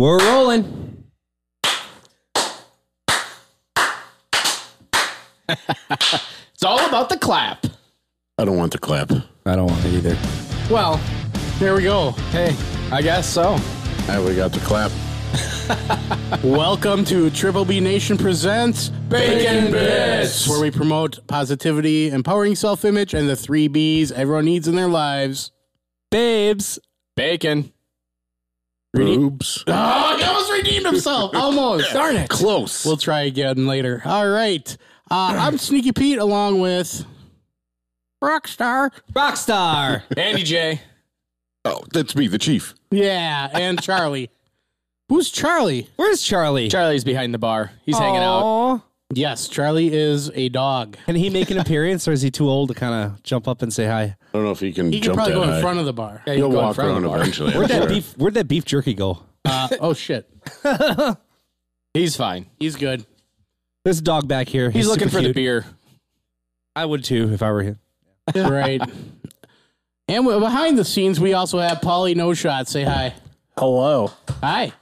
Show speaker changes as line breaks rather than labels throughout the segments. We're rolling.
It's all about the clap.
I don't want the clap.
I don't want it either.
Well, here we go. Hey, I guess so.
Ah, we got the clap. Welcome to Triple B Nation presents
Bacon Bits.
where we promote positivity, empowering self-image, and the three Bs everyone needs in their lives.
Babes. Bacon.
Boobs.
Oh, he almost redeemed himself. Almost. Darn it.
Uh, Close.
Well,
We'll try again later. All right. Uh, I'm Sneaky Pete, along with Rockstar.
Rockstar.
Andy J.
Oh, that's me, the chief.
Yeah, and Charlie. Who's Charlie?
Where's Charlie?
Charlie's behind the bar. He's hanging out.
Aw.
Yes, Charlie is a dog.
Can he make an appearance or is he too old to kind of jump up and say hi?
I don't know if he can
He can
jump
probably
that
go in
high.
front of the bar.
Yeah, you
He'll
go in
walk
front of
around
the bar.
eventually. I'm
Where'd that
sure.
beef where'd that beef jerky go?
Uh, oh shit,
He's fine.
he's good.
There's a dog back here.
He's, looking
super
for the
cute.
beer.
I would too if I were him.
right. And we- behind the scenes, we also have Polly No Shot. Say hi.
Hello.
Hi.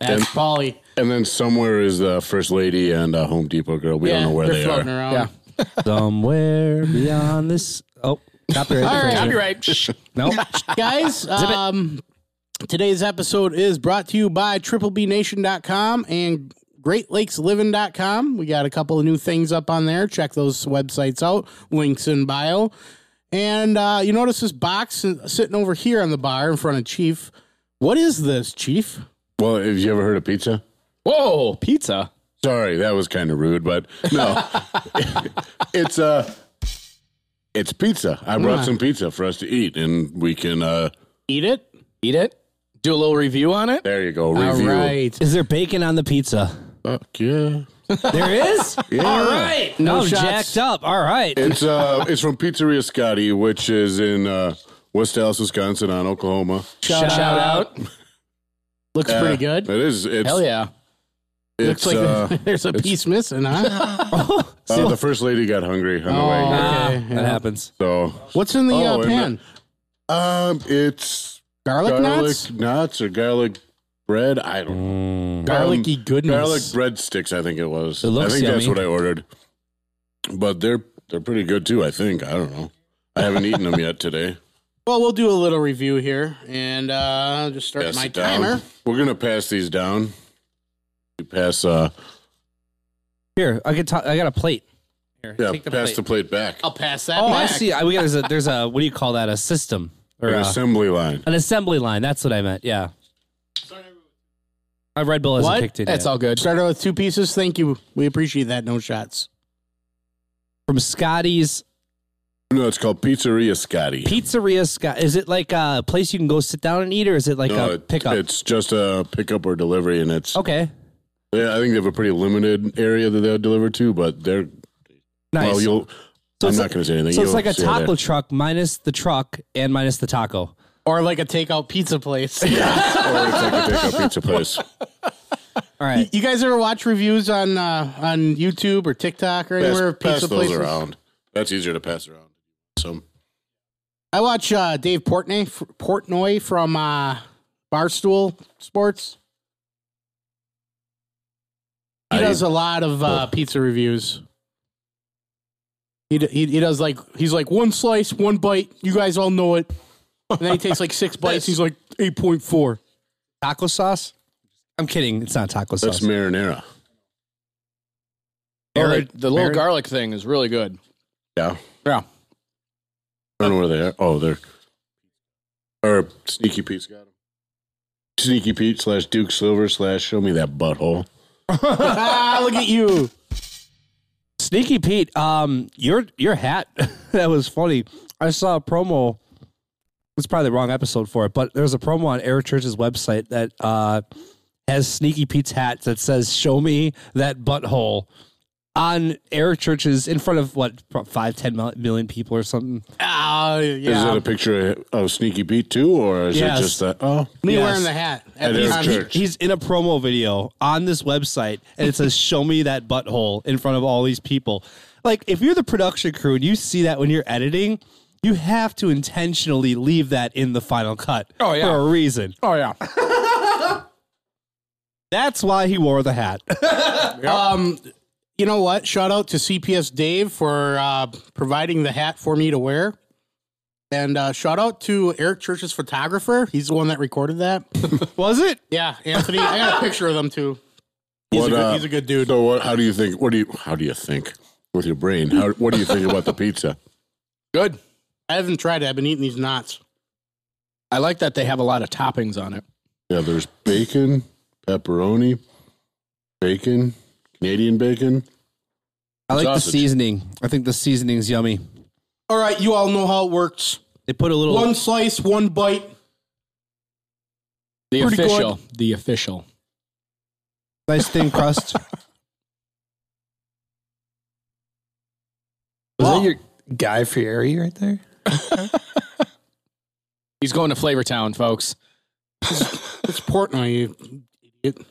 That's Polly.
And then somewhere is the first lady and a Home Depot girl. We don't know where
they're
they
floating
are.
around.
Yeah.
Somewhere beyond this Oh, copyright.
All right.
infringement.
Copyright. Shh.
Nope.
Guys, um, today's episode is brought to you by triplebnation.com and greatlakesliving.com. We got a couple of new things up on there. Check those websites out. Links in bio. And uh, you notice this box sitting over here on the bar in front of Chief. What is this, Chief?
Well, have you ever heard of pizza?
Whoa, pizza.
Sorry, that was kind of rude, but no. it's uh it's pizza. I brought some pizza for us to eat and we can uh
Eat it?
Eat it. Do a little review on it.
there you go, review.
All right.
Is there bacon on the pizza?
Fuck yeah.
There is?
Yeah.
All right. No,
No shots.
jacked up. All right.
It's uh it's from Pizzeria Scotty, which is in uh West Dallas, Wisconsin on Oklahoma.
Shout,
Shout out.
Looks pretty good.
Uh, It is it's
Hell yeah.
it's
Looks like
uh,
there's a piece missing, huh?
uh, the first lady got hungry on the way here.
okay.
Oh. Ah, That happens.
So
What's in the
Oh,
uh, pan?
and um it's
Garlic,
garlic
knots?
nuts? or garlic bread. I don't know.
Garlicky goodness.
Garlic breadsticks, I think it was.
It looks
I think that's
yummy.
what I ordered. But they're they're pretty good too, I think. I don't know. I haven't eaten them yet today.
Well, we'll do a little review here and uh, just start
Pass
my
it down.
timer.
We're gonna pass these down. We pass uh
Here, I could talk I got a plate. Here,
yeah,
take the
pass
plate.
the plate back.
I'll pass that
Oh, I
back.
see. I, we got, there's a there's a what do you call that? A system or
An
uh,
assembly line.
an assembly line. That's what I meant. Yeah. My Red Bull hasn't
What?
kicked in
That's
yet.
all good.
Started with two pieces. Thank you. We appreciate that. No shots.
From Scotty's
No, it's called Pizzeria Scotty.
Pizzeria. Scott, is it like a place you can go sit down and eat, or is it like
No,
a
it-
pickup?
Uh, It's just a pickup or delivery, and it's.
okay,
Yeah, I think they have a pretty limited area that they'll deliver to, but they're.
nice.
Well, you'll.
So
I'm
it's
not
like-
going to say anything.
so it's
You'll
like a
see it there.
taco truck minus the truck and minus the taco.
Or like a takeout pizza place.
or it's like a pickup pizza place.
All right,
you guys ever watch reviews on uh, on YouTube or TikTok or
pass,
anywhere?
pass
pizza
those
places.
around. That's easier to pass around. Some
I watch uh, Dave Portnoy, Portnoy from uh, Barstool Sports. He
I-
does a lot of uh, pizza reviews. He, d- he he does like he's like one slice, one bite. You guys all know it. And then he takes like six bites. He's like eight point four.
taco sauce. I'm kidding. It's not taco
that's
sauce.
marinara.
Garlic-
Garlic-
the little
Garlic-
garlic thing is really good.
Yeah,
Yeah.
I don't know where they are. Oh, they're or sneaky Pete's got them. Sneaky Pete slash Duke Silver slash Show me that butthole.
ah, look at you!
Sneaky Pete, um, your your hat that was funny. I saw a promo. It's probably the wrong episode for it, but there's a promo on Eric Church's website that uh, has Sneaky Pete's hat that says "Show me that butthole" on Eric Church's in front of what pro- five ten mil- million people or something.
Ah,
Is
yeah.
that a picture of, of Sneaky Pete too, or is
Yes.
it just that? Oh,
Me
Yes.
wearing the hat at
At
the
his
time.
church.
He's in a promo video on this website, and it says "Show me that butthole" in front of all these people. Like, if you're the production crew and you see that when you're editing, you have to intentionally leave that in the final cut
Oh, yeah.
for a reason.
Oh yeah.
That's why he wore the hat.
Um, you know what? Shout out to CPS Dave for uh, providing the hat for me to wear. And uh, shout out to Eric Church's photographer. He's the one that recorded that.
Was it?
yeah, Anthony. I got a picture of them too. He's,
What,
a, good,
uh,
he's a good dude.
So what? How do you think? What do you? How do you think with your brain? How, what do you think about the pizza?
Good.
I haven't tried it. I've been eating these knots.
I like that they have a lot of toppings on it.
Yeah, there's bacon, pepperoni, bacon, Canadian bacon.
I like
Sausage.
the seasoning. I think the seasoning's yummy.
All right, you all know how it works.
They put a little.
One slice, one bite.
The
Pretty
official. The official.
Nice thin crust.
Was
Wow.
that your Guy Fieri right there?
He's going to Flavor Town, folks.
It's Portnoy, you idiot.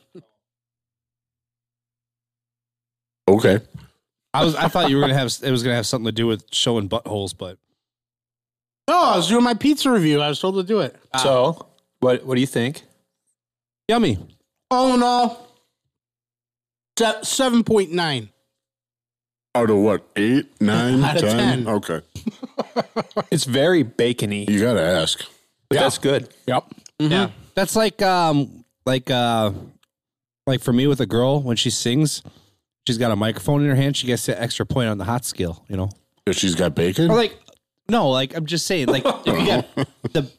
Okay.
I was. I thought you were gonna have. It was gonna have something to do with showing buttholes, but
No, I was doing my pizza review. I was told to do it.
Ah. so, what what do you think?
yummy.
All in all, se- 7.9.
Out of what? Eight, nine,
Out of
ten?
10.
Okay.
It's very bacony,
You gotta ask.
but that's good.
Yep.
Yeah, that's like um like uh like for me with a girl when she sings, she's got a microphone in her hand. She gets an extra point on the hot scale. You know,
If she's got bacon,
or Oh, like no, like I'm just saying, like if you got the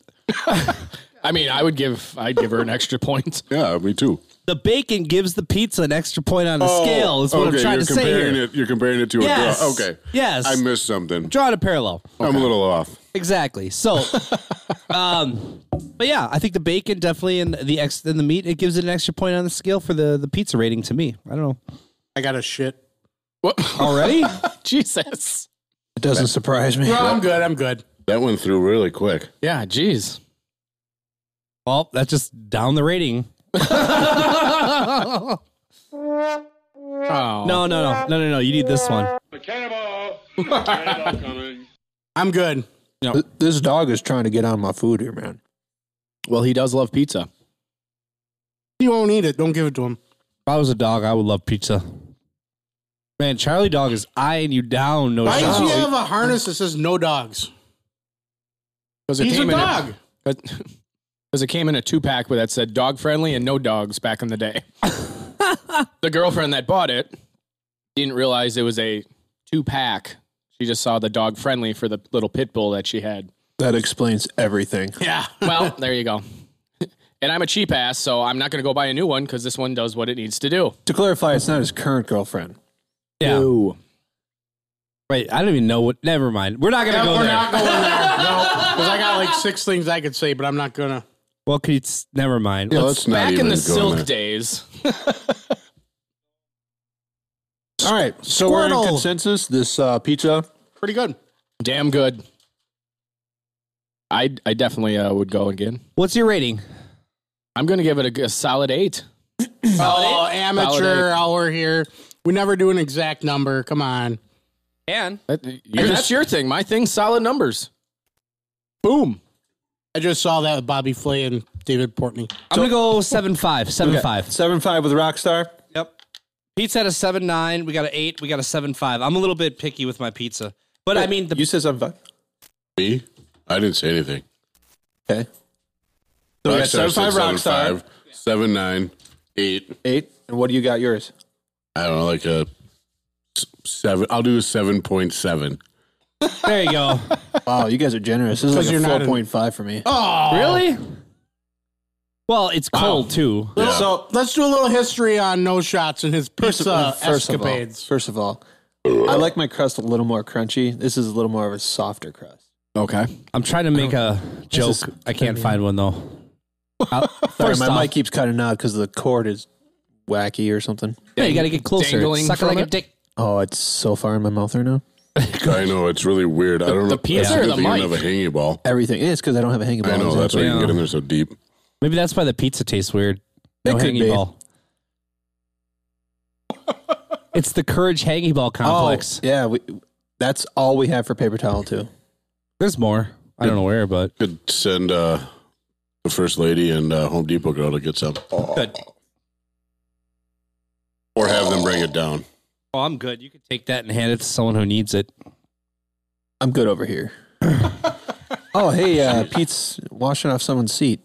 I mean, I would give I'd give her an extra point.
yeah, me too. Oh,
the bacon gives the pizza an extra point on the scale. Is what I'm trying to
you're
say here.
comparing It, you're comparing it to a
Yes.
girl. Okay.
Yes.
I missed something.
Drawing a parallel.
I'm a little off.
Exactly. So, um, but yeah, I think the bacon definitely and the ex and the meat it gives it an extra point on the scale for the the pizza rating to me. I don't know
I got a shit.
What?
already.
Jesus.
It doesn't surprise me.
No, I'm good. I'm good.
That went through really quick.
Yeah, jeez.
well, that's just down the rating.
Oh.
No, no, no, no, no, no. You need this one.
Cannonball! Cannonball coming.
I'm good.
Th- This dog is trying to get on my food here, man.
Well, he does love pizza.
He won't eat it. Don't give it to him.
If I was a dog, I would love pizza. Man, Charlie Dog is eyeing you down. No,
Why does
doubt.
he have a harness that says no dogs?
Because
He's a dog.
Because it came in a two pack that said dog friendly and no dogs back in the day. the girlfriend that bought it didn't realize it was a two pack. She just saw the dog friendly for the little pit bull that she had.
That explains everything.
Yeah.
Well, there you go. And I'm a cheap ass, so I'm not going to go buy a new one because this one does what it needs to do.
To clarify, it's not his current girlfriend.
Yeah.
Ooh.
Wait, I don't even know what. Never mind. We're not gonna go
we're
there.
not going there. No, because I got like six things I could say, but I'm not gonna.
well, could you s- never mind.
Yeah,
Let's-
let's not
back in
even
the
go
silk
there.
days.
All right, so we're in
Squirtle.
consensus. This uh, pizza,
Pretty good.
Damn good. I, I definitely uh, would go again.
What's your rating?
I'm going to give it a g- a, solid eight.
Oh, amateur
Validate.
hour here. We never do an exact number. Come on.
And
That- that's your thing. My thing's solid numbers. Boom.
I just saw that with Bobby Flay and David Portney.
I'm gonna go seven five. Seven five.
seven five with Rockstar.
Yep. Pizza had a seven nine. We got an eight. We got a seven five. I'm a little bit picky with my pizza, but I mean the
You said seven five.
Me? I didn't say anything.
Okay. So we got
Rockstar
seven
said
five, Rockstar,
five, seven, nine, eight.
eight, and what do you got yours?
I don't know, like a s- seven. I'll do a seven point seven.
there you go.
Wow, you guys are generous. This is
Because
like
you're
a
not
four
in-
point five for me.
Oh,
really? Well, it's cold too.
So
Let's do a little history on No Shots and his
first, of-
pizza
first of all,
Uh, escapades.
first of all, I like my crust a little more crunchy. This is a little more of a softer crust.
Okay.
I'm trying to make a joke.
is-
I can't find one though. Uh,
Sorry,
first
my
off,
mic keeps cutting out because the cord is wacky or something.
yeah, you got to get closer.
dangling
Suck it
from
like a
it?
dick.
Oh, it's so far in my mouth right now.
I know it's really weird. I don't know.
the pizza
That's a
or
good
the
thing I
mic?
don't have a hanging ball.
Everything is because I don't have a hanging ball.
I know that's why you can
Yeah.
get in there so deep.
Maybe that's why the pizza tastes weird. No
It could
hanging
be.
ball. it's the courage hanging ball
Oh,
complex. Oh,
yeah. We, that's all we have for paper towel too.
There's more. I don't know where, but
Could send uh, the first lady and uh, Home Depot girl to get some.
good.
Or have them bring it down.
Oh, I'm good. You can take that and hand it to someone who needs it.
I'm good over here. oh, hey, uh, Pete's washing off someone's seat.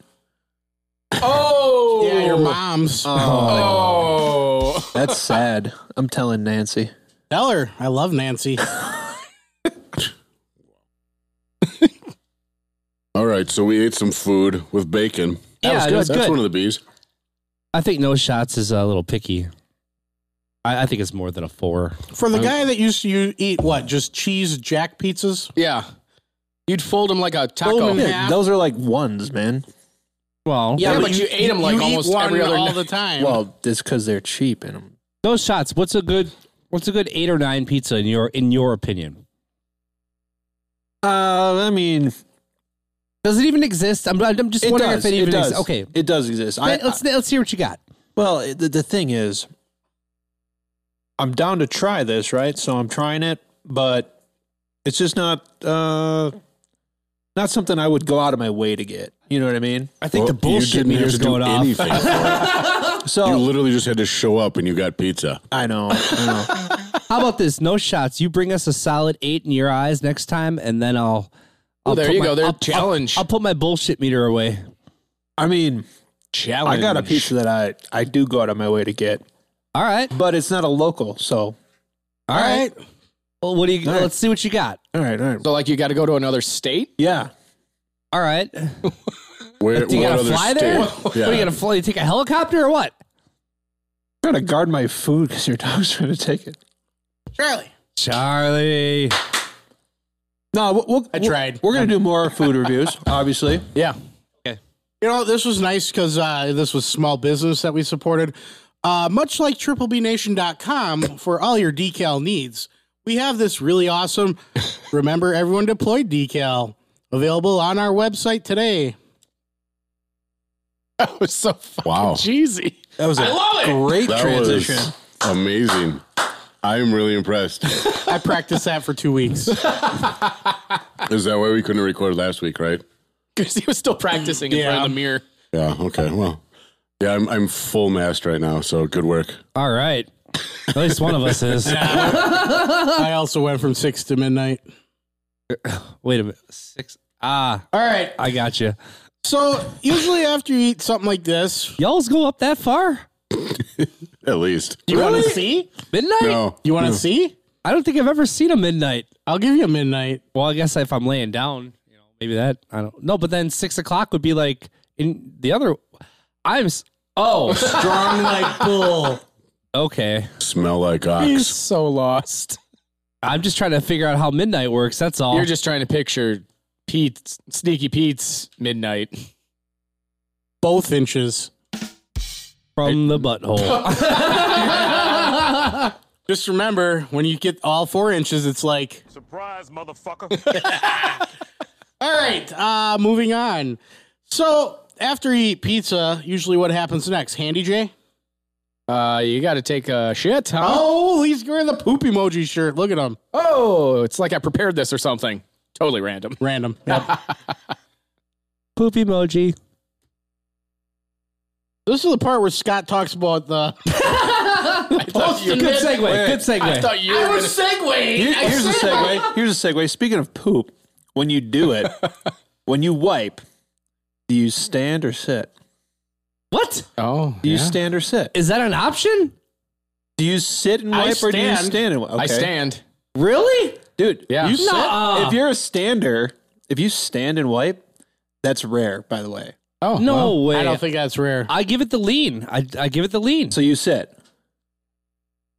Oh,
Yeah, your mom's.
Oh,
That's sad. I'm telling Nancy.
Tell her. I love Nancy.
All right, so we ate some food with bacon.
Yeah, it was
That's
good.
one of the bees.
I think no shots is a little picky. I, I think it's more than a four.
For the guy that used to u- eat what? Just cheese jack pizzas?
yeah. You'd fold them like a taco.
Fold 'em in
Yeah,
half.
Those are like ones, man.
Well,
but, you, ate them like
you eat
almost
one
every other.
all
night.
the time.
Well, it's because they're cheap and I'm
no shots. What's a good? What's a good eight or nine pizza in your in your opinion?
Uh, I mean,
Does it even exist? I'm, I'm just
it
wondering
does.
if it even
does.
exists. Okay,
it does exist. I,
Let- let's let's hear what you got.
well, it- the, the thing is, I'm down to try this, right? So I'm trying it, but it's just not uh, not something I would go out of my way to get. You know what I mean?
I think
Well,
the bullshit
you didn't have
meter's
to
going
do
off.
anything. for it. You
So
literally just had to show up and you got pizza.
I know, I know.
How about this? No shots. You bring us a solid eight in your eyes next time, and then I'll. I'll
there
put
you
my-
go. They're
I'll- I'll-
challenged.
I'll put my bullshit meter away.
I mean,
Challenge.
I got a pizza that I I do go out of my way to get,
All right.
but it's not a local. So
All right. Well, what do you?
All right.
Let's see what you got.
all right, all right.
So like you got to go to another state.
Yeah,
All right.
Where,
Do you
what
gotta
other
fly
state?
there?
Yeah.
What are you gonna fly? You take a helicopter or what?
I'm trying to guard my food because your dog's trying to take it.
Charlie.
Charlie.
No, we'll, we'll,
I
we'll-
tried.
We're gonna do more food reviews, Uh, obviously.
Yeah.
Okay.
You know, this was nice because uh, this was small business that we supported. Uh, much like triplebnation.com for all your decal needs, we have this really awesome Remember Everyone Deployed decal available on our website today.
That was so fucking
Wow.
cheesy.
That was a
love it.
great
That
transition.
was amazing. I am really impressed.
I practiced that for two weeks.
Is that why we couldn't record last week, right?
Because he was still practicing in front of the mirror.
Yeah. Okay. Well. Yeah, I'm I'm full mast right now, so good work.
All right. At least one of us is.
I also went from six to midnight.
Wait a minute. Six. Ah,
All right.
I got you.
So, usually after you eat something like this,
Y'all's go up that far?
At least.
you want to see?
Midnight?
No.
You want to see?
I don't think I've ever seen a midnight.
I'll give you a midnight.
Well, I guess if I'm laying down, you know, maybe that. I don't know. But then six o'clock would be like in the other. I'm. s- Oh,
Strong like bull.
okay.
Smell like
He's
ox.
so lost.
I'm just trying to figure out how midnight works. That's all.
You're just trying to picture Pete's sneaky Pete's midnight.
Both inches.
from the butthole.
Just remember, when you get all four inches, it's like,
Surprise, motherfucker.
all right, uh, moving on. So after you eat pizza, usually what happens next? Handy J?
Uh, you got to take a shit, huh?
Oh, he's wearing the poop emoji shirt. Look at him.
Oh, it's like I prepared this or something. Totally random.
Random. Yep.
Poop emoji.
this is the part where Scott talks about the.
Good segue. Good segue.
I thought you were gonna-
Here- here's a segue. Here's a segue. Speaking of poop, when you do it, when you wipe, do you stand or sit?
what?
Oh,
Do you
yeah.
stand or sit?
Is that an option?
Do you sit and
I
wipe or do you
stand.
stand and wipe?
I stand.
Really?
dude.
Yeah.
you sit.
Uh-uh.
Nuh-uh.
If you're a stander, if you stand and wipe, that's rare, by the way.
Oh
No
well.
way.
I don't think that's rare.
I give it the lean. I, I give it the lean.
So you sit.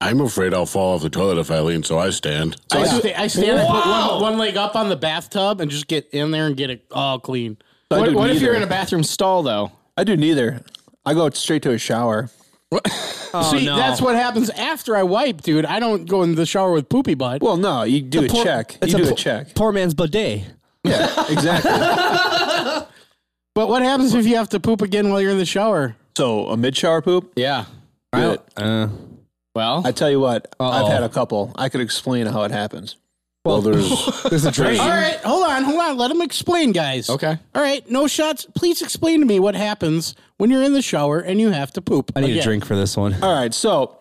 I'm afraid I'll fall off the toilet if I lean, so I stand.
I, sta- I stand and put one, one leg up on the bathtub and just get in there and get it all clean.
So I
What,
do
what if
neither.
you're in a bathroom stall though?
I do neither. I go straight to a shower.
See,
no.
that's what happens after I wipe, dude. I don't go in the shower with poopy butt.
Well, no, you do a
Poor-
check.
it's
You do
po-
a check.
Poor man's bidet.
Yeah, exactly.
But what happens if you have to poop again while you're in the shower?
so a mid shower poop.
Yeah.
I don't- uh,
Well,
I tell you what,
Uh-oh.
I've had a couple. I could explain how it happens.
Well, there's
There's a drain.
All right, hold on, hold on. Let him explain, guys.
Okay.
All right, no shots. Please explain to me what happens when you're in the shower and you have to poop.
I need a
Again.
drink for this one.
All right, so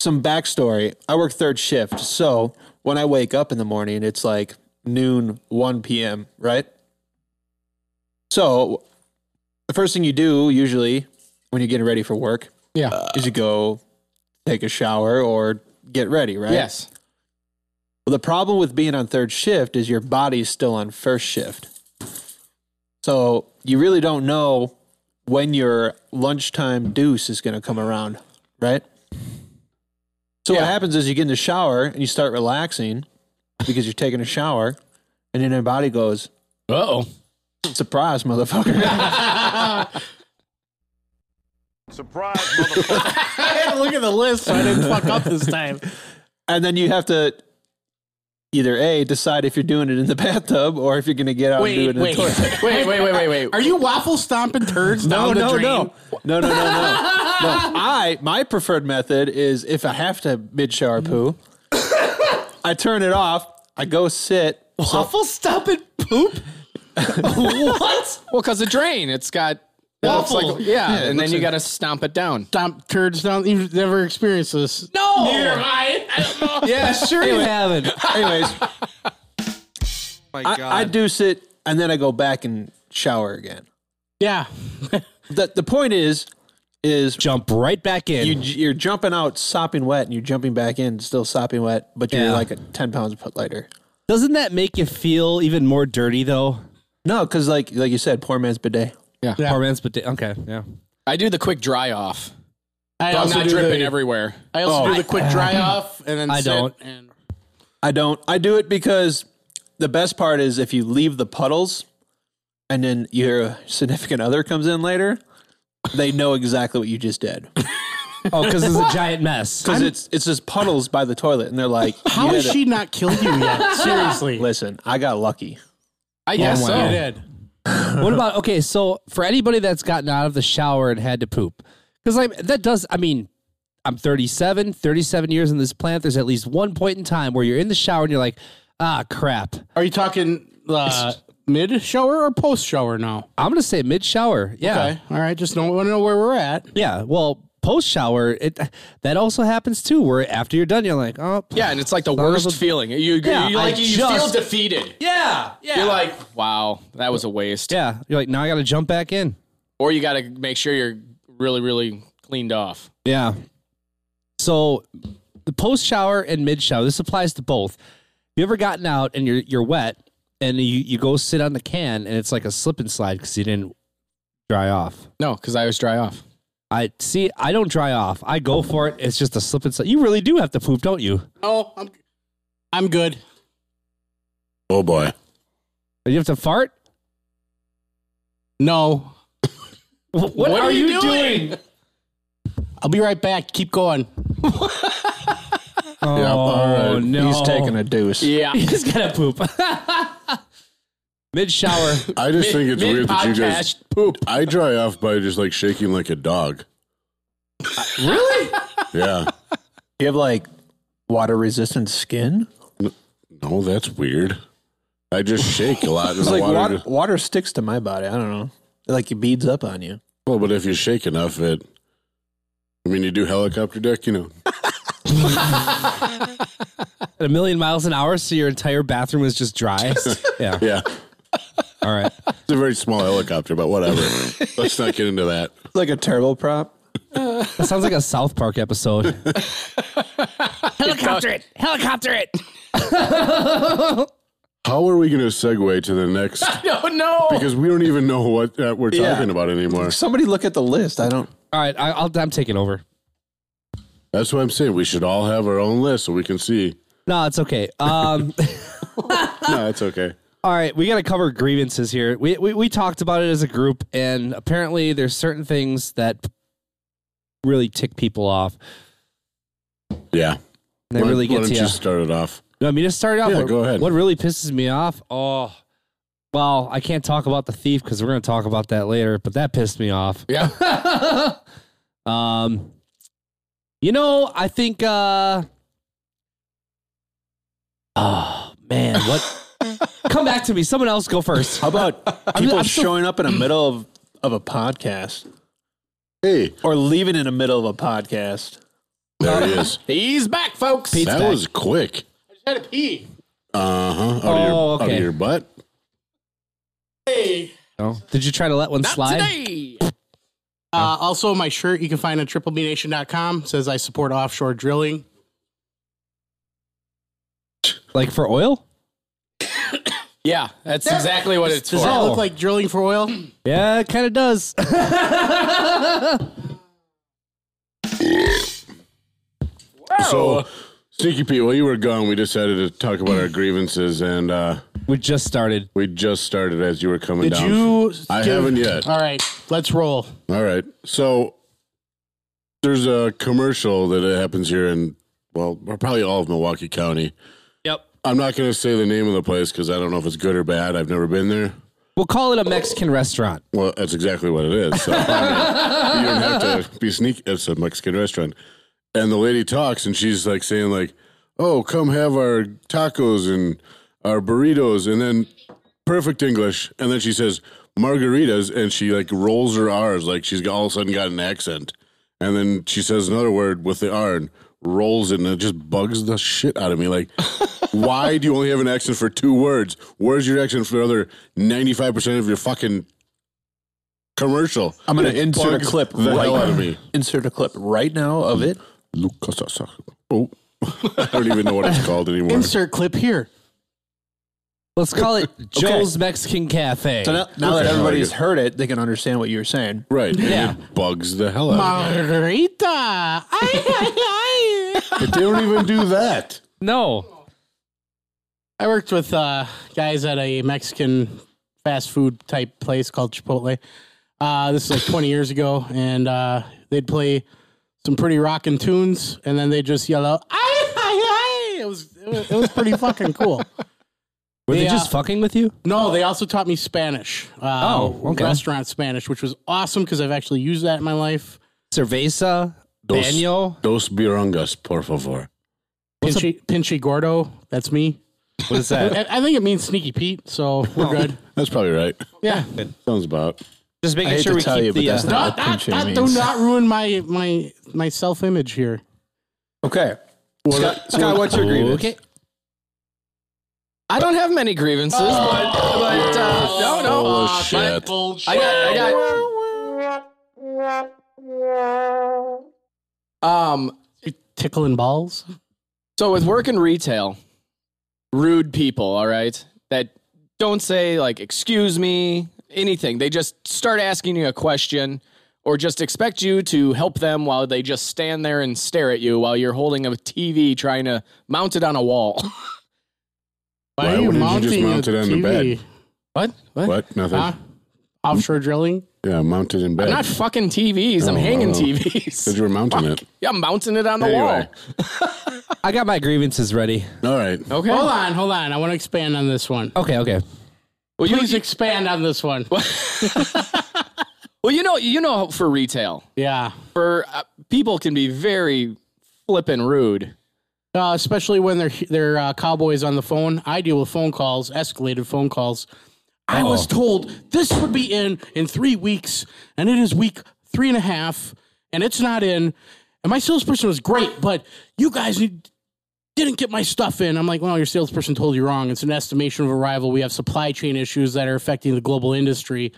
some backstory. I work third shift, so when I wake up in the morning, it's like noon, one p.m. Right. So the first thing you do usually when you're getting ready for work,
Yeah.
is you go take a shower or get ready, right?
Yes.
Well, the problem with being on third shift is your body's still on first shift. So you really don't know when your lunchtime deuce is going to come around, right? So what
Yeah.
happens is you get in the shower and you start relaxing because you're taking a shower, and then your body goes,
Uh oh.
surprise, motherfucker.
Surprise, motherfucker.
I had to look at the list so I didn't fuck up this time.
and then you have to either A, decide if you're doing it in the bathtub or if you're going to get out and do it in the toilet.
Wait, wait, wait, wait, wait.
Are you waffle stomping turds down the drain?
no, no, no, no, no, no. I my preferred method is if I have to mid shower poo, I turn it off. I go sit.
Waffle stomping poop? what?
Well, because the drain, it's got. it looks
Waffle.
Like, yeah, and then you got to stomp it down.
Stomp turds down. You've never experienced this.
No.
Yeah, sure you haven't.
Anyways,
My
I, I do sit and then I go back and shower again.
Yeah.
The the point is is
Jump right back in.
you j- you're jumping out sopping wet and you're jumping back in still sopping wet, but you're
Yeah.
like a ten pounds put lighter.
Doesn't that make you feel even more dirty though?
No, because like like you said, poor man's bidet.
Yeah.
Poor man's bidet. Okay, yeah.
I do the quick dry off.
I
I'm
also
not
do
dripping
the,
everywhere.
I also do the quick dry off and then
I
sit
don't.
And,
I don't. I do it because the best part is if you leave the puddles and then your significant other comes in later, they know exactly what you just did.
Oh, because it's a giant mess.
Because it's it's just puddles by the toilet and they're like,
how
you
has
had
she not killed you yet?
a-
Seriously.
Listen, I got lucky.
I guess
wow.
so.
You What about okay? So for anybody that's gotten out of the shower and had to poop, because like that does. I mean, I'm 37, 37 years in this plant. There's at least one point in time where you're in the shower and you're like, ah, crap.
Are you talking uh, mid shower or post shower now?
I'm gonna say mid shower. Yeah,
Okay. All right. Just don't want to know where we're at.
yeah. Well, post shower, it that also happens too. Where after you're done, you're like, oh,
Yeah, and it's like the
Son of
worst
a-
feeling. You, you-
Yeah,
you, like,
I
you
just-
feel defeated.
yeah, yeah.
You're like, wow, that was a waste.
yeah. You're like, now I gotta jump back in.
Or you got to make sure you're really, really cleaned off.
Yeah. So the post shower and mid shower, this applies to both. You ever gotten out and you're you're wet and you, you go sit on the can and it's like a slip and slide because you didn't dry off.
No, because I always dry off.
I see. I don't dry off. I go for it. It's just a slip and slide. You really do have to poop, don't you?
No, I'm, I'm good.
oh boy.
You have to fart.
No,
Wh- What,
What
are, you doing?
I'll be right back. Keep going.
Oh
all right.
no!
He's taking a deuce.
Yeah.
He's gonna poop. mid shower.
I just think it's weird that you guys.
Mid-podcast poop.
I dry off by just like shaking like a dog. really? Yeah.
You have like water resistant skin?
No, that's weird. I just shake a lot.
It's
and the
like
water
water,
just-
water sticks to my body. I don't know. It, Like it beads up on you.
Well, but if you shake enough, it. I mean, you do helicopter deck, you know.
at a million miles an hour, so your entire bathroom is just dry. yeah.
Yeah.
All right.
It's a very small helicopter, but whatever. Let's not get into that.
It's like a turboprop.
That sounds like a South Park episode.
Helicopter it. Helicopter it.
How are we going to segue to the next?
No, no.
Because we don't even know what uh, we're
Yeah.
talking about anymore.
Somebody look at the list. I don't.
All right, I, I'll, I'm taking over.
That's what I'm saying. We should all have our own list so we can see.
No, it's okay. Um,
No, that's okay.
all right, we got to cover grievances here. We, we we talked about it as a group, and apparently there's certain things that really tick people off.
Yeah.
They
Why-
really
why
get
don't
to you.
you start it off?
You want me to start it off?
Yeah,
What-
go ahead.
What really pisses me off? Oh, well, I can't talk about the thief because we're going to talk about that later. But that pissed me off.
Yeah.
Um, you know, I think. Uh, ah, man, what? Come back to me. Someone else go first.
How about people
I'm so-
showing up in the middle of, of a podcast
Hey,
or leaving in the middle of a podcast?
there he is.
He's back, folks.
that was quick.
I had a pee.
Uh huh.
Oh,
Out, of your- out
okay.
of your butt.
Oh, Did you try to let one slide?
Today.
Uh, also, my shirt you can find at triplebnation.com says I support offshore drilling.
Like for oil?
Yeah, that's exactly what it's
Does
for.
that
Oh.
look like drilling for oil?
Yeah, it kind of does.
Oh.
So, Sneaky Pete, while you were gone, we decided to talk about our grievances, and uh,
we just started.
we just started as you were coming
Did
down.
you?
I
give-
haven't yet.
All right, let's roll.
All right. So, there's a commercial that happens here in, well, probably all of Milwaukee County.
Yep.
I'm not going to say the name of the place because I don't know if it's good or bad. I've never been there.
We'll call it a Mexican restaurant.
Well, that's exactly what it is. So, I mean, you don't have to be sneaky. It's a Mexican restaurant. And the lady talks and she's like saying, like, oh, come have our tacos and our burritos. And then perfect English. And then she says, margaritas. And she like rolls her R's like she's all of a sudden got an accent. And then she says another word with the R and rolls it. And it just bugs the shit out of me. Like, why do you only have an accent for two words? Where's your accent for the other 95% of your fucking commercial.
I'm going
It
to insert a
bugs
clip
the hell out of me.
right Insert a clip right now of it.
Lucas Asa- Oh, I don't even know what it's called anymore.
Insert clip here.
Let's call it Joe's Mexican Cafe.
So now, now
Okay,
that
I like
everybody's
it.
heard it, they can understand what you were saying.
Right. and
Yeah.
It bugs the hell out of me.
Margarita. I, I, I.
But they don't even do that.
no.
I worked with uh, guys at a Mexican fast food type place called Chipotle. Uh, this is like 20 years ago, and uh, they'd play some pretty rocking tunes, and then they just yell out, "Ay, ay, ay!" It was it was, it was pretty fucking cool.
Were they
Yeah.
just fucking with you?
No, they also taught me Spanish. Uh,
Oh, okay.
restaurant Spanish, which was awesome because I've actually used that in my life.
Cerveza,
Those-
baño.
Dos birongas, por favor.
Pinchy, Pinchy Gordo, that's me.
What is that?
I, I think it means Sneaky Pete, so we're good.
That's probably right.
Yeah.
Sounds about.
just making
I hate
sure
to
we
tell
keep
you, but
the.
that's
uh,
Not,
not- That
not,
pinchy
not, do
means-
not ruin my my my self image here.
Okay. Scott, Scott, what's your grievance?
okay.
I don't have many grievances, but, but uh, no, no.
Bullshit.
I got, I got. Um,
You tickling balls?
so with work in retail, rude people, all right, that don't say like "excuse me," anything. They just start asking you a question, or just expect you to help them while they just stand there and stare at you while you're holding a TV trying to mount it on a wall.
Why
are
wouldn't you just
mounting
mount
a
it on the
TV?
what? What?
What? Nothing.
Huh? Offshore drilling?
Yeah, mounted in bed.
I'm not fucking TVs. I'm
Oh,
hanging
oh. Said
TVs.
you were mounting it.
Yeah, I'm mounting it on the
Anyway.
I got my grievances ready.
All right.
wall. Okay.
Hold on, hold on. I want to expand on this one.
Okay, okay.
Well, you,
Please expand on this one.
well, you know, you know, for retail,
Yeah.
for uh, people can be very flippin' rude.
Uh, especially when they're they're uh, cowboys on the phone. I deal with phone calls, escalated phone calls. I was told this would be in in three weeks, and it is week three and a half, and it's not in. And my salesperson was great, but you guys need- didn't get my stuff in. I'm like, well, your salesperson told you wrong. It's an estimation of arrival. We have supply chain issues that are affecting the global industry.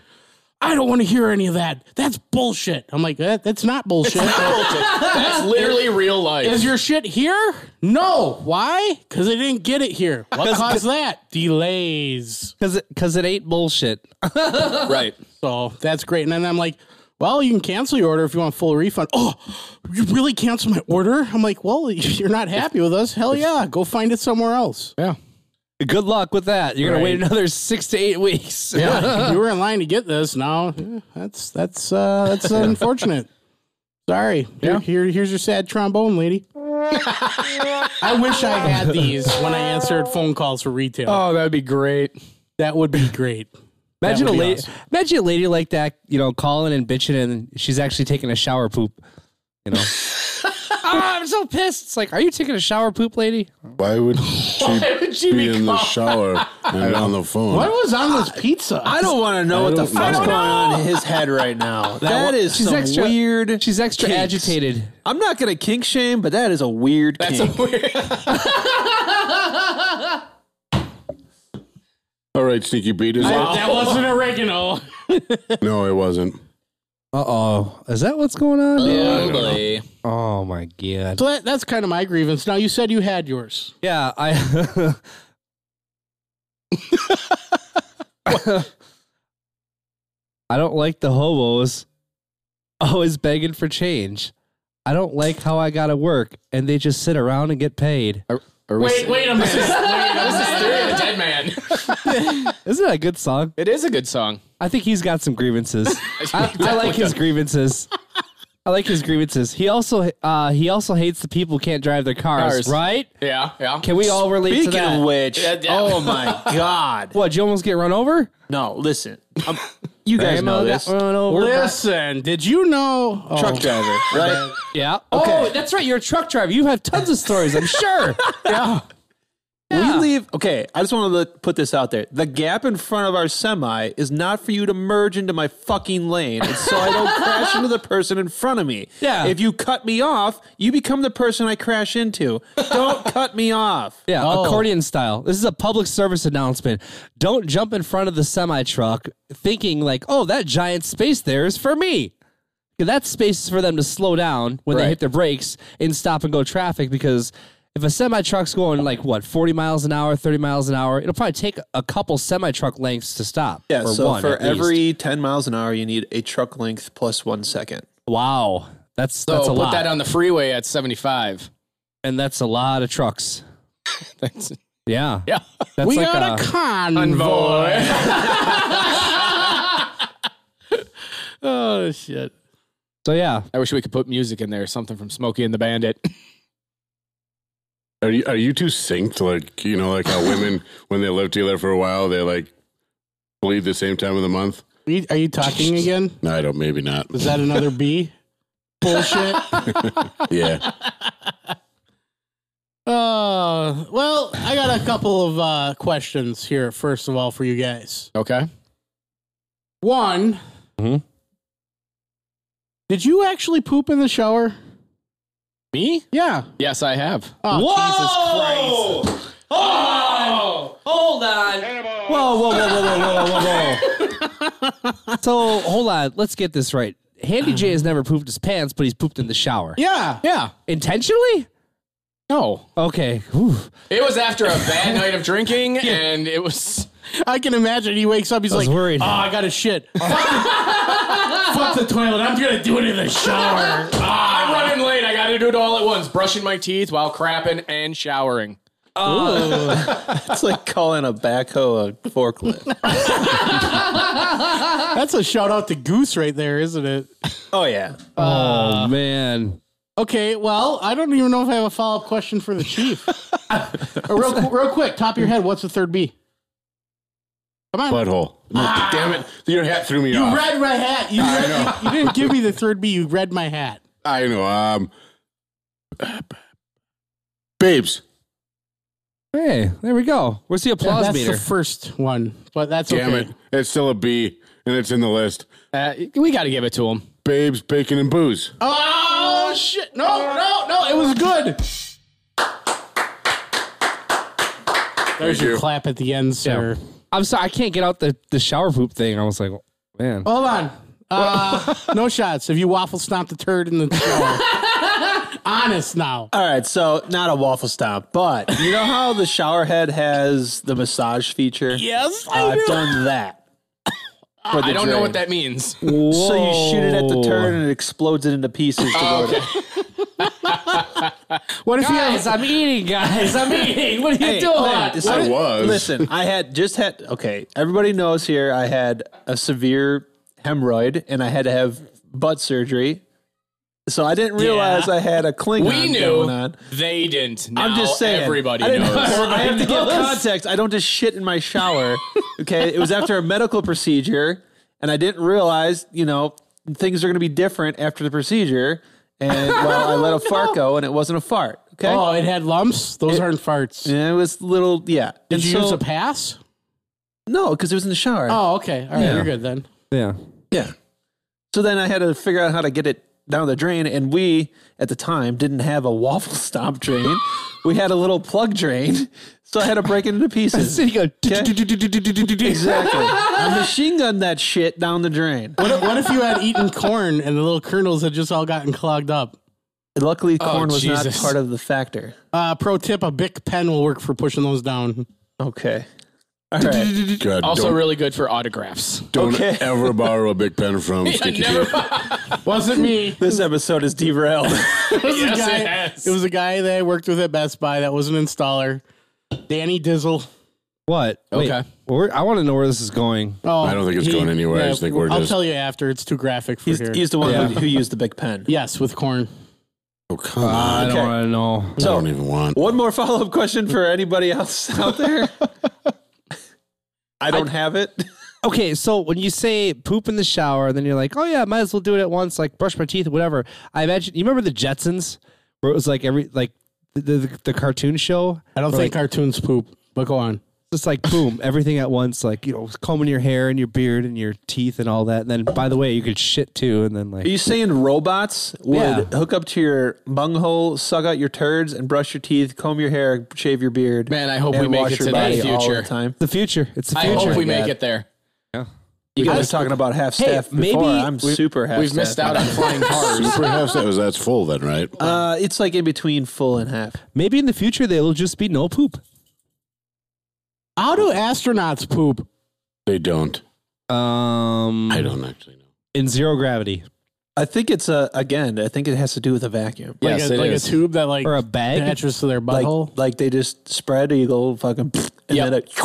I don't want to hear any of that. That's bullshit. I'm like, "Eh, that's not bullshit.
That's literally real life.
Is your shit here? No. Why? Because they didn't get it here. What caused that? Delays.
Cause it, cause it ain't bullshit.
right.
So that's great. And then I'm like, well, you can cancel your order if you want a full refund. Oh, you really cancel my order? I'm like, well, you're not happy with us. Hell yeah. Go find it somewhere else.
Yeah.
Good luck with that. You're gonna wait another six to eight weeks.
Yeah. you were in line to get this. Now yeah, that's that's uh that's unfortunate. Sorry. Here, here here's your sad trombone lady. I wish I had these when I answered phone calls for retail.
Oh, that would be great.
That would be great.
Imagine a
That would be
lady.
awesome.
Imagine a lady like that. You know, calling and bitching, and she's actually taking a shower poop. You know. "Ah, I'm so pissed. It's like, are you taking a shower, poop lady?
Why would she, be in the shower and on the phone?
What was on this pizza?
I don't want to know what the
don't
fuck's
know.
going on in his head right now. That is
She's
some
extra-
weird.
She's extra
kinks.
agitated.
I'm not gonna kink shame, but that is a weird
That's
kink.
a weird.
All right, Sneaky Pete. Is
That wasn't oregano.
it? No, it wasn't.
Uh oh, is that what's going on? dude?
Totally.
Oh my god.
So that, that's kind of my grievance. Now you said you had yours.
Yeah, I. I don't like the hobos always begging for change. I don't like how I gotta work and they just sit around and get paid.
wait a minute.
Theory of the Dead Man.
Isn't that a good song?
It is a good song.
I think he's got some grievances. I, I like his grievances. I like his grievances. He also uh, he also hates the people who can't drive their cars,
Cars.
right?
Yeah, yeah.
Can we all relate to
Speaking
that?
of which,
Yeah, yeah.
oh my god!
what, did you almost get run over?
No, listen, I'm, you guys
Grandma
know
got
this.
run over.
Listen, did you know? Oh,
Truck driver, right?
Yeah. Oh, that's right. You're a truck driver. You have tons of stories, I'm sure.
We leave. Okay, I just want to put this out there. The gap in front of our semi is not for you to merge into my fucking lane, and so I don't crash into the person in front of me.
Yeah.
If you cut me off, you become the person I crash into. Don't cut me off.
Yeah, accordion style. This is a public service announcement. Don't jump in front of the semi truck thinking like, "Oh, that giant space there is for me." 'Cause That space is for them to slow down when they
Right.
hit their brakes and stop and go traffic because if a semi truck's going like what, 40 miles an hour, 30 miles an hour, it'll probably take a couple semi truck lengths to stop.
Yeah.
or
so
one
for
at least.
every ten miles an hour, you need a truck length plus one second.
Wow. That's
So
that's a
put
lot.
that on the freeway at 75.
and that's a lot of trucks.
That's
Yeah.
yeah.
That's
we
like
got a,
a-
convoy.
Boy.
Oh shit!
So yeah.
I wish we could put music in there, something from Smokey and the Bandit.
Are you are you two synced? Like you know, like how women when they live together for a while, they like bleed the same time of the month.
Are you, are you talking again?
No, I don't. Maybe not.
Is that another B? Bullshit.
Yeah.
Uh, well, I got a couple of uh, questions here. First of all, for you guys,
Okay. Mm-hmm.
one,
Mhm.
did you actually poop in the shower?
Me?
Yeah.
Yes, I have.
Uh,
Oh,
Whoa! Hold on. Whoa, whoa, whoa, whoa, whoa, whoa, whoa, whoa. so hold on. Let's get this right. Handy J has never pooped his pants, but he's pooped in the shower.
Yeah.
Yeah.
Intentionally?
No.
Okay. Whew.
It was after a bad night of drinking, and it was.
I can imagine he wakes up. He's
was
like,
worried.
"Oh,
"Ah."
I got to shit. Fuck the toilet. I'm gonna do it in the shower."
I'm running late. I got to do it all at once: brushing my teeth while crapping and showering.
It's like calling a backhoe a forklift.
That's a shout out to Goose right there, isn't it?
Oh yeah.
oh man.
Okay, well, I don't even know if I have a follow up question for the chief. Uh, real, real quick, top of your head, what's the third B? Come on.
Butthole. No, Damn it! Your hat threw me
you
Uh,
off.
read my hat. You, read, you, you didn't give me the third B. You read my hat.
I know. Um, babes.
Hey, there we go. Where's the applause
that's
meter?
the first one, but that's
Damn
okay.
it! It's still a B, and it's in the list.
Uh, we got to give it to him.
Babes, bacon, and booze.
Oh, shit. No, no, no. It was good.
There's your
Clap at the end, sir.
I'm sorry, I can't get out the, the shower poop thing. I was like, man.
Hold on. Uh, no shots. Have you waffle stomped a turd in the shower? Honest now.
All right, so not a waffle stomp, but you know how the shower head has the massage feature?
Yes,
I've done that. for the
I don't know
drain.
what that means.
Oh, So you shoot it at the turn and it explodes it into pieces. To go to-
What if guys, I'm eating, guys. I'm eating. What are you
Hey,
doing?
hold on.
I was.
Listen, I had just had. Okay, everybody knows here. I had a severe hemorrhoid and I had to have butt surgery. So I didn't realize I had a Klingon
We knew.
going on.
They didn't.
I'm
Now
just saying.
Everybody
I didn't-
knows.
I have to give context. I don't just shit in my shower. Okay, it was after a medical procedure, and I didn't realize, you know, things are going to be different after the procedure. and well, I let a fart go, and it wasn't a fart. Okay,
Oh, it had lumps. Those aren't farts.
And it was little, yeah.
Did
And
you
so-
use a pass?
no? Because it was in the shower.
Oh, okay. All right,
Yeah.
you're good then.
Yeah.
Yeah. So then I had to figure out how to get it down the drain, and we at the time didn't have a waffle stomp drain. we had a little plug drain, so I had to break it into pieces. exactly. I machine gunned that shit down the drain.
What if, what if you had eaten corn and the little kernels had just all gotten clogged up?
Luckily, corn was not
Jesus.
part of the factor.
Uh, pro tip: a Bic pen will work for pushing those down.
Okay. All right.
God,
Also,
don't,
really good for autographs.
don't
Okay.
ever borrow a big pen from Sneaky
never-
Pete.
Wasn't me.
this episode is derailed.
It was, a guy,
yes.
it was a guy that I worked with at Best Buy that was an installer. Danny Dizzle.
What? Wait,
Okay.
where- I want to know where this is going.
Oh,
Uh,
I don't think it's going anywhere. I just think we're
I'll
just-
tell you after. It's too graphic for
he's,
here.
he's the one who, who used the big pen.
yes, with corn.
Oh, come on.
I
Okay.
don't want to know.
I don't even want.
One more follow up question for anybody else out there. I don't have it.
Okay, so when you say poop in the shower, then you're like, oh yeah, might as well do it at once, like brush my teeth, whatever. I imagine you remember the Jetsons, where it was like every like the the, the cartoon show.
I don't
where,
think
like,
cartoons poop, but go on.
it's like boom, everything at once, like you know, combing your hair and your beard and your teeth and all that. And then by the way, you could shit too, and then like
Are you saying robots would
Yeah.
hook up to your bunghole, suck out your turds, and brush your teeth, comb your hair, shave your beard?
Man, I hope
and
we make
wash
it
your
to that
body all
future.
the time.
the future. It's the
I
future.
hope we
my
make
God.
it there.
You guys were talking about half staff before.
maybe
I'm super half.
We've missed out on flying cars.
Perhaps that was that's full then, right?
Uh, it's like in between full and half.
Maybe in the future there will just be no poop.
How do astronauts poop?
they don't.
Um,
I
mm.
don't actually know.
in zero gravity
I think it's a again. I think it has to do with a vacuum. Like,
yes,
like a,
it
like
is.
a tube that like
or a bag.
attaches to their
like,
butthole.
like they just spread eagle fucking and
Yep.
then it,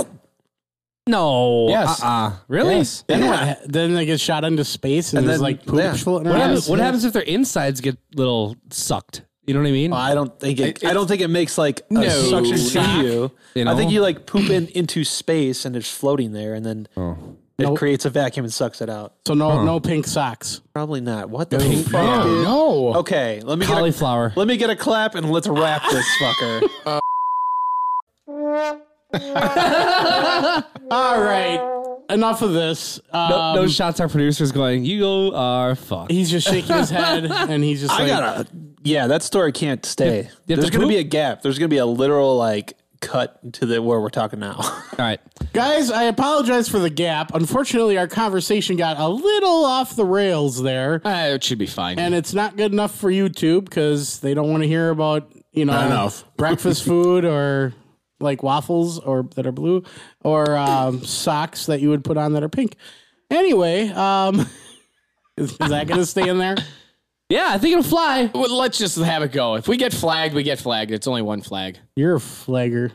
No.
Yes.
Uh-uh. Really?
then what? Then they get shot into space and,
And
there's
then-
like poop
yeah.
floating
What,
around.
happens, what happens if their insides get little sucked? You know what I mean?
I don't think it, I don't think it makes like a
No.
suction
Shock.
to you.
You know?
I think you like poop in, into space and it's floating there, and then it creates a vacuum and sucks it out.
So no, no pink socks.
Probably not. What the fuck? dude?
no.
Okay, let me get a,
Cauliflower.
let me get a clap and let's wrap this fucker.
All right, enough of this. Um,
No, no shots. Our producer's going. You are fucked.
He's just shaking his head and he's just
I
like,
gotta. Yeah, that story can't stay.
you have
There's
to
gonna be
poop?
a gap. There's gonna be a literal like cut to the where we're talking now.
All right.
guys, I apologize for the gap. Unfortunately, our conversation got a little off the rails there,
Uh, it should be fine.
and it's not good enough for YouTube because they don't want to hear about you know
Not enough.
breakfast food or like waffles or that are blue or um, socks that you would put on that are pink. Anyway, um, is, is that gonna stay in there?
Yeah, I think it'll fly.
Well, let's just have it go. If we get flagged, we get flagged. It's only one flag.
You're a flagger.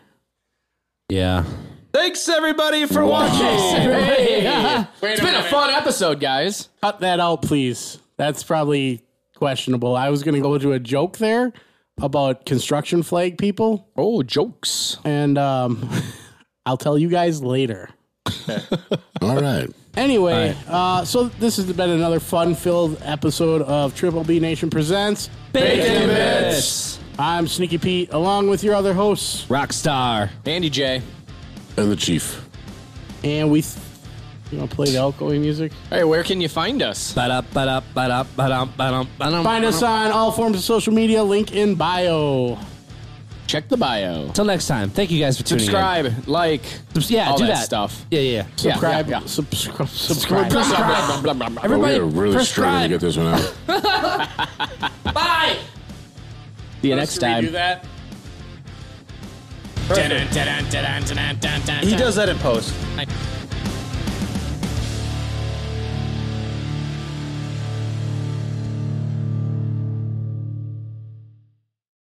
Yeah.
Thanks everybody for watching.
it's been a fun episode, guys.
Cut that out, please. That's probably questionable. I was going to go to a joke there about construction flag people,
Oh, jokes.
and um, I'll tell you guys later.
All right.
Anyway, uh, so this has been another fun filled episode of Triple B Nation Presents.
Bacon bits.
I'm Sneaky Pete, along with your other hosts,
Rockstar.
Andy J.
And the chief.
and we. you want to play the outgoing music?
Hey, where can you find us?
Ba-da, ba-da, ba-da, ba-dum, ba-dum, ba-dum.
Find us on all forms of social media, link in bio.
Check the bio.
Till next time. Thank you guys for tuning
Subscribe, like,
in. Subscribe. Yeah,
all
do
that
that
stuff.
Yeah, yeah, yeah.
Yeah,
Subscribe.
yeah, yeah.
subscri- subscribe.
Blah, blah, blah, blah, blah.
But Oh, we
Everybody,
are really struggling to
prescribe.
get this one out.
See you next time.
Do that.
He does that in post.
that.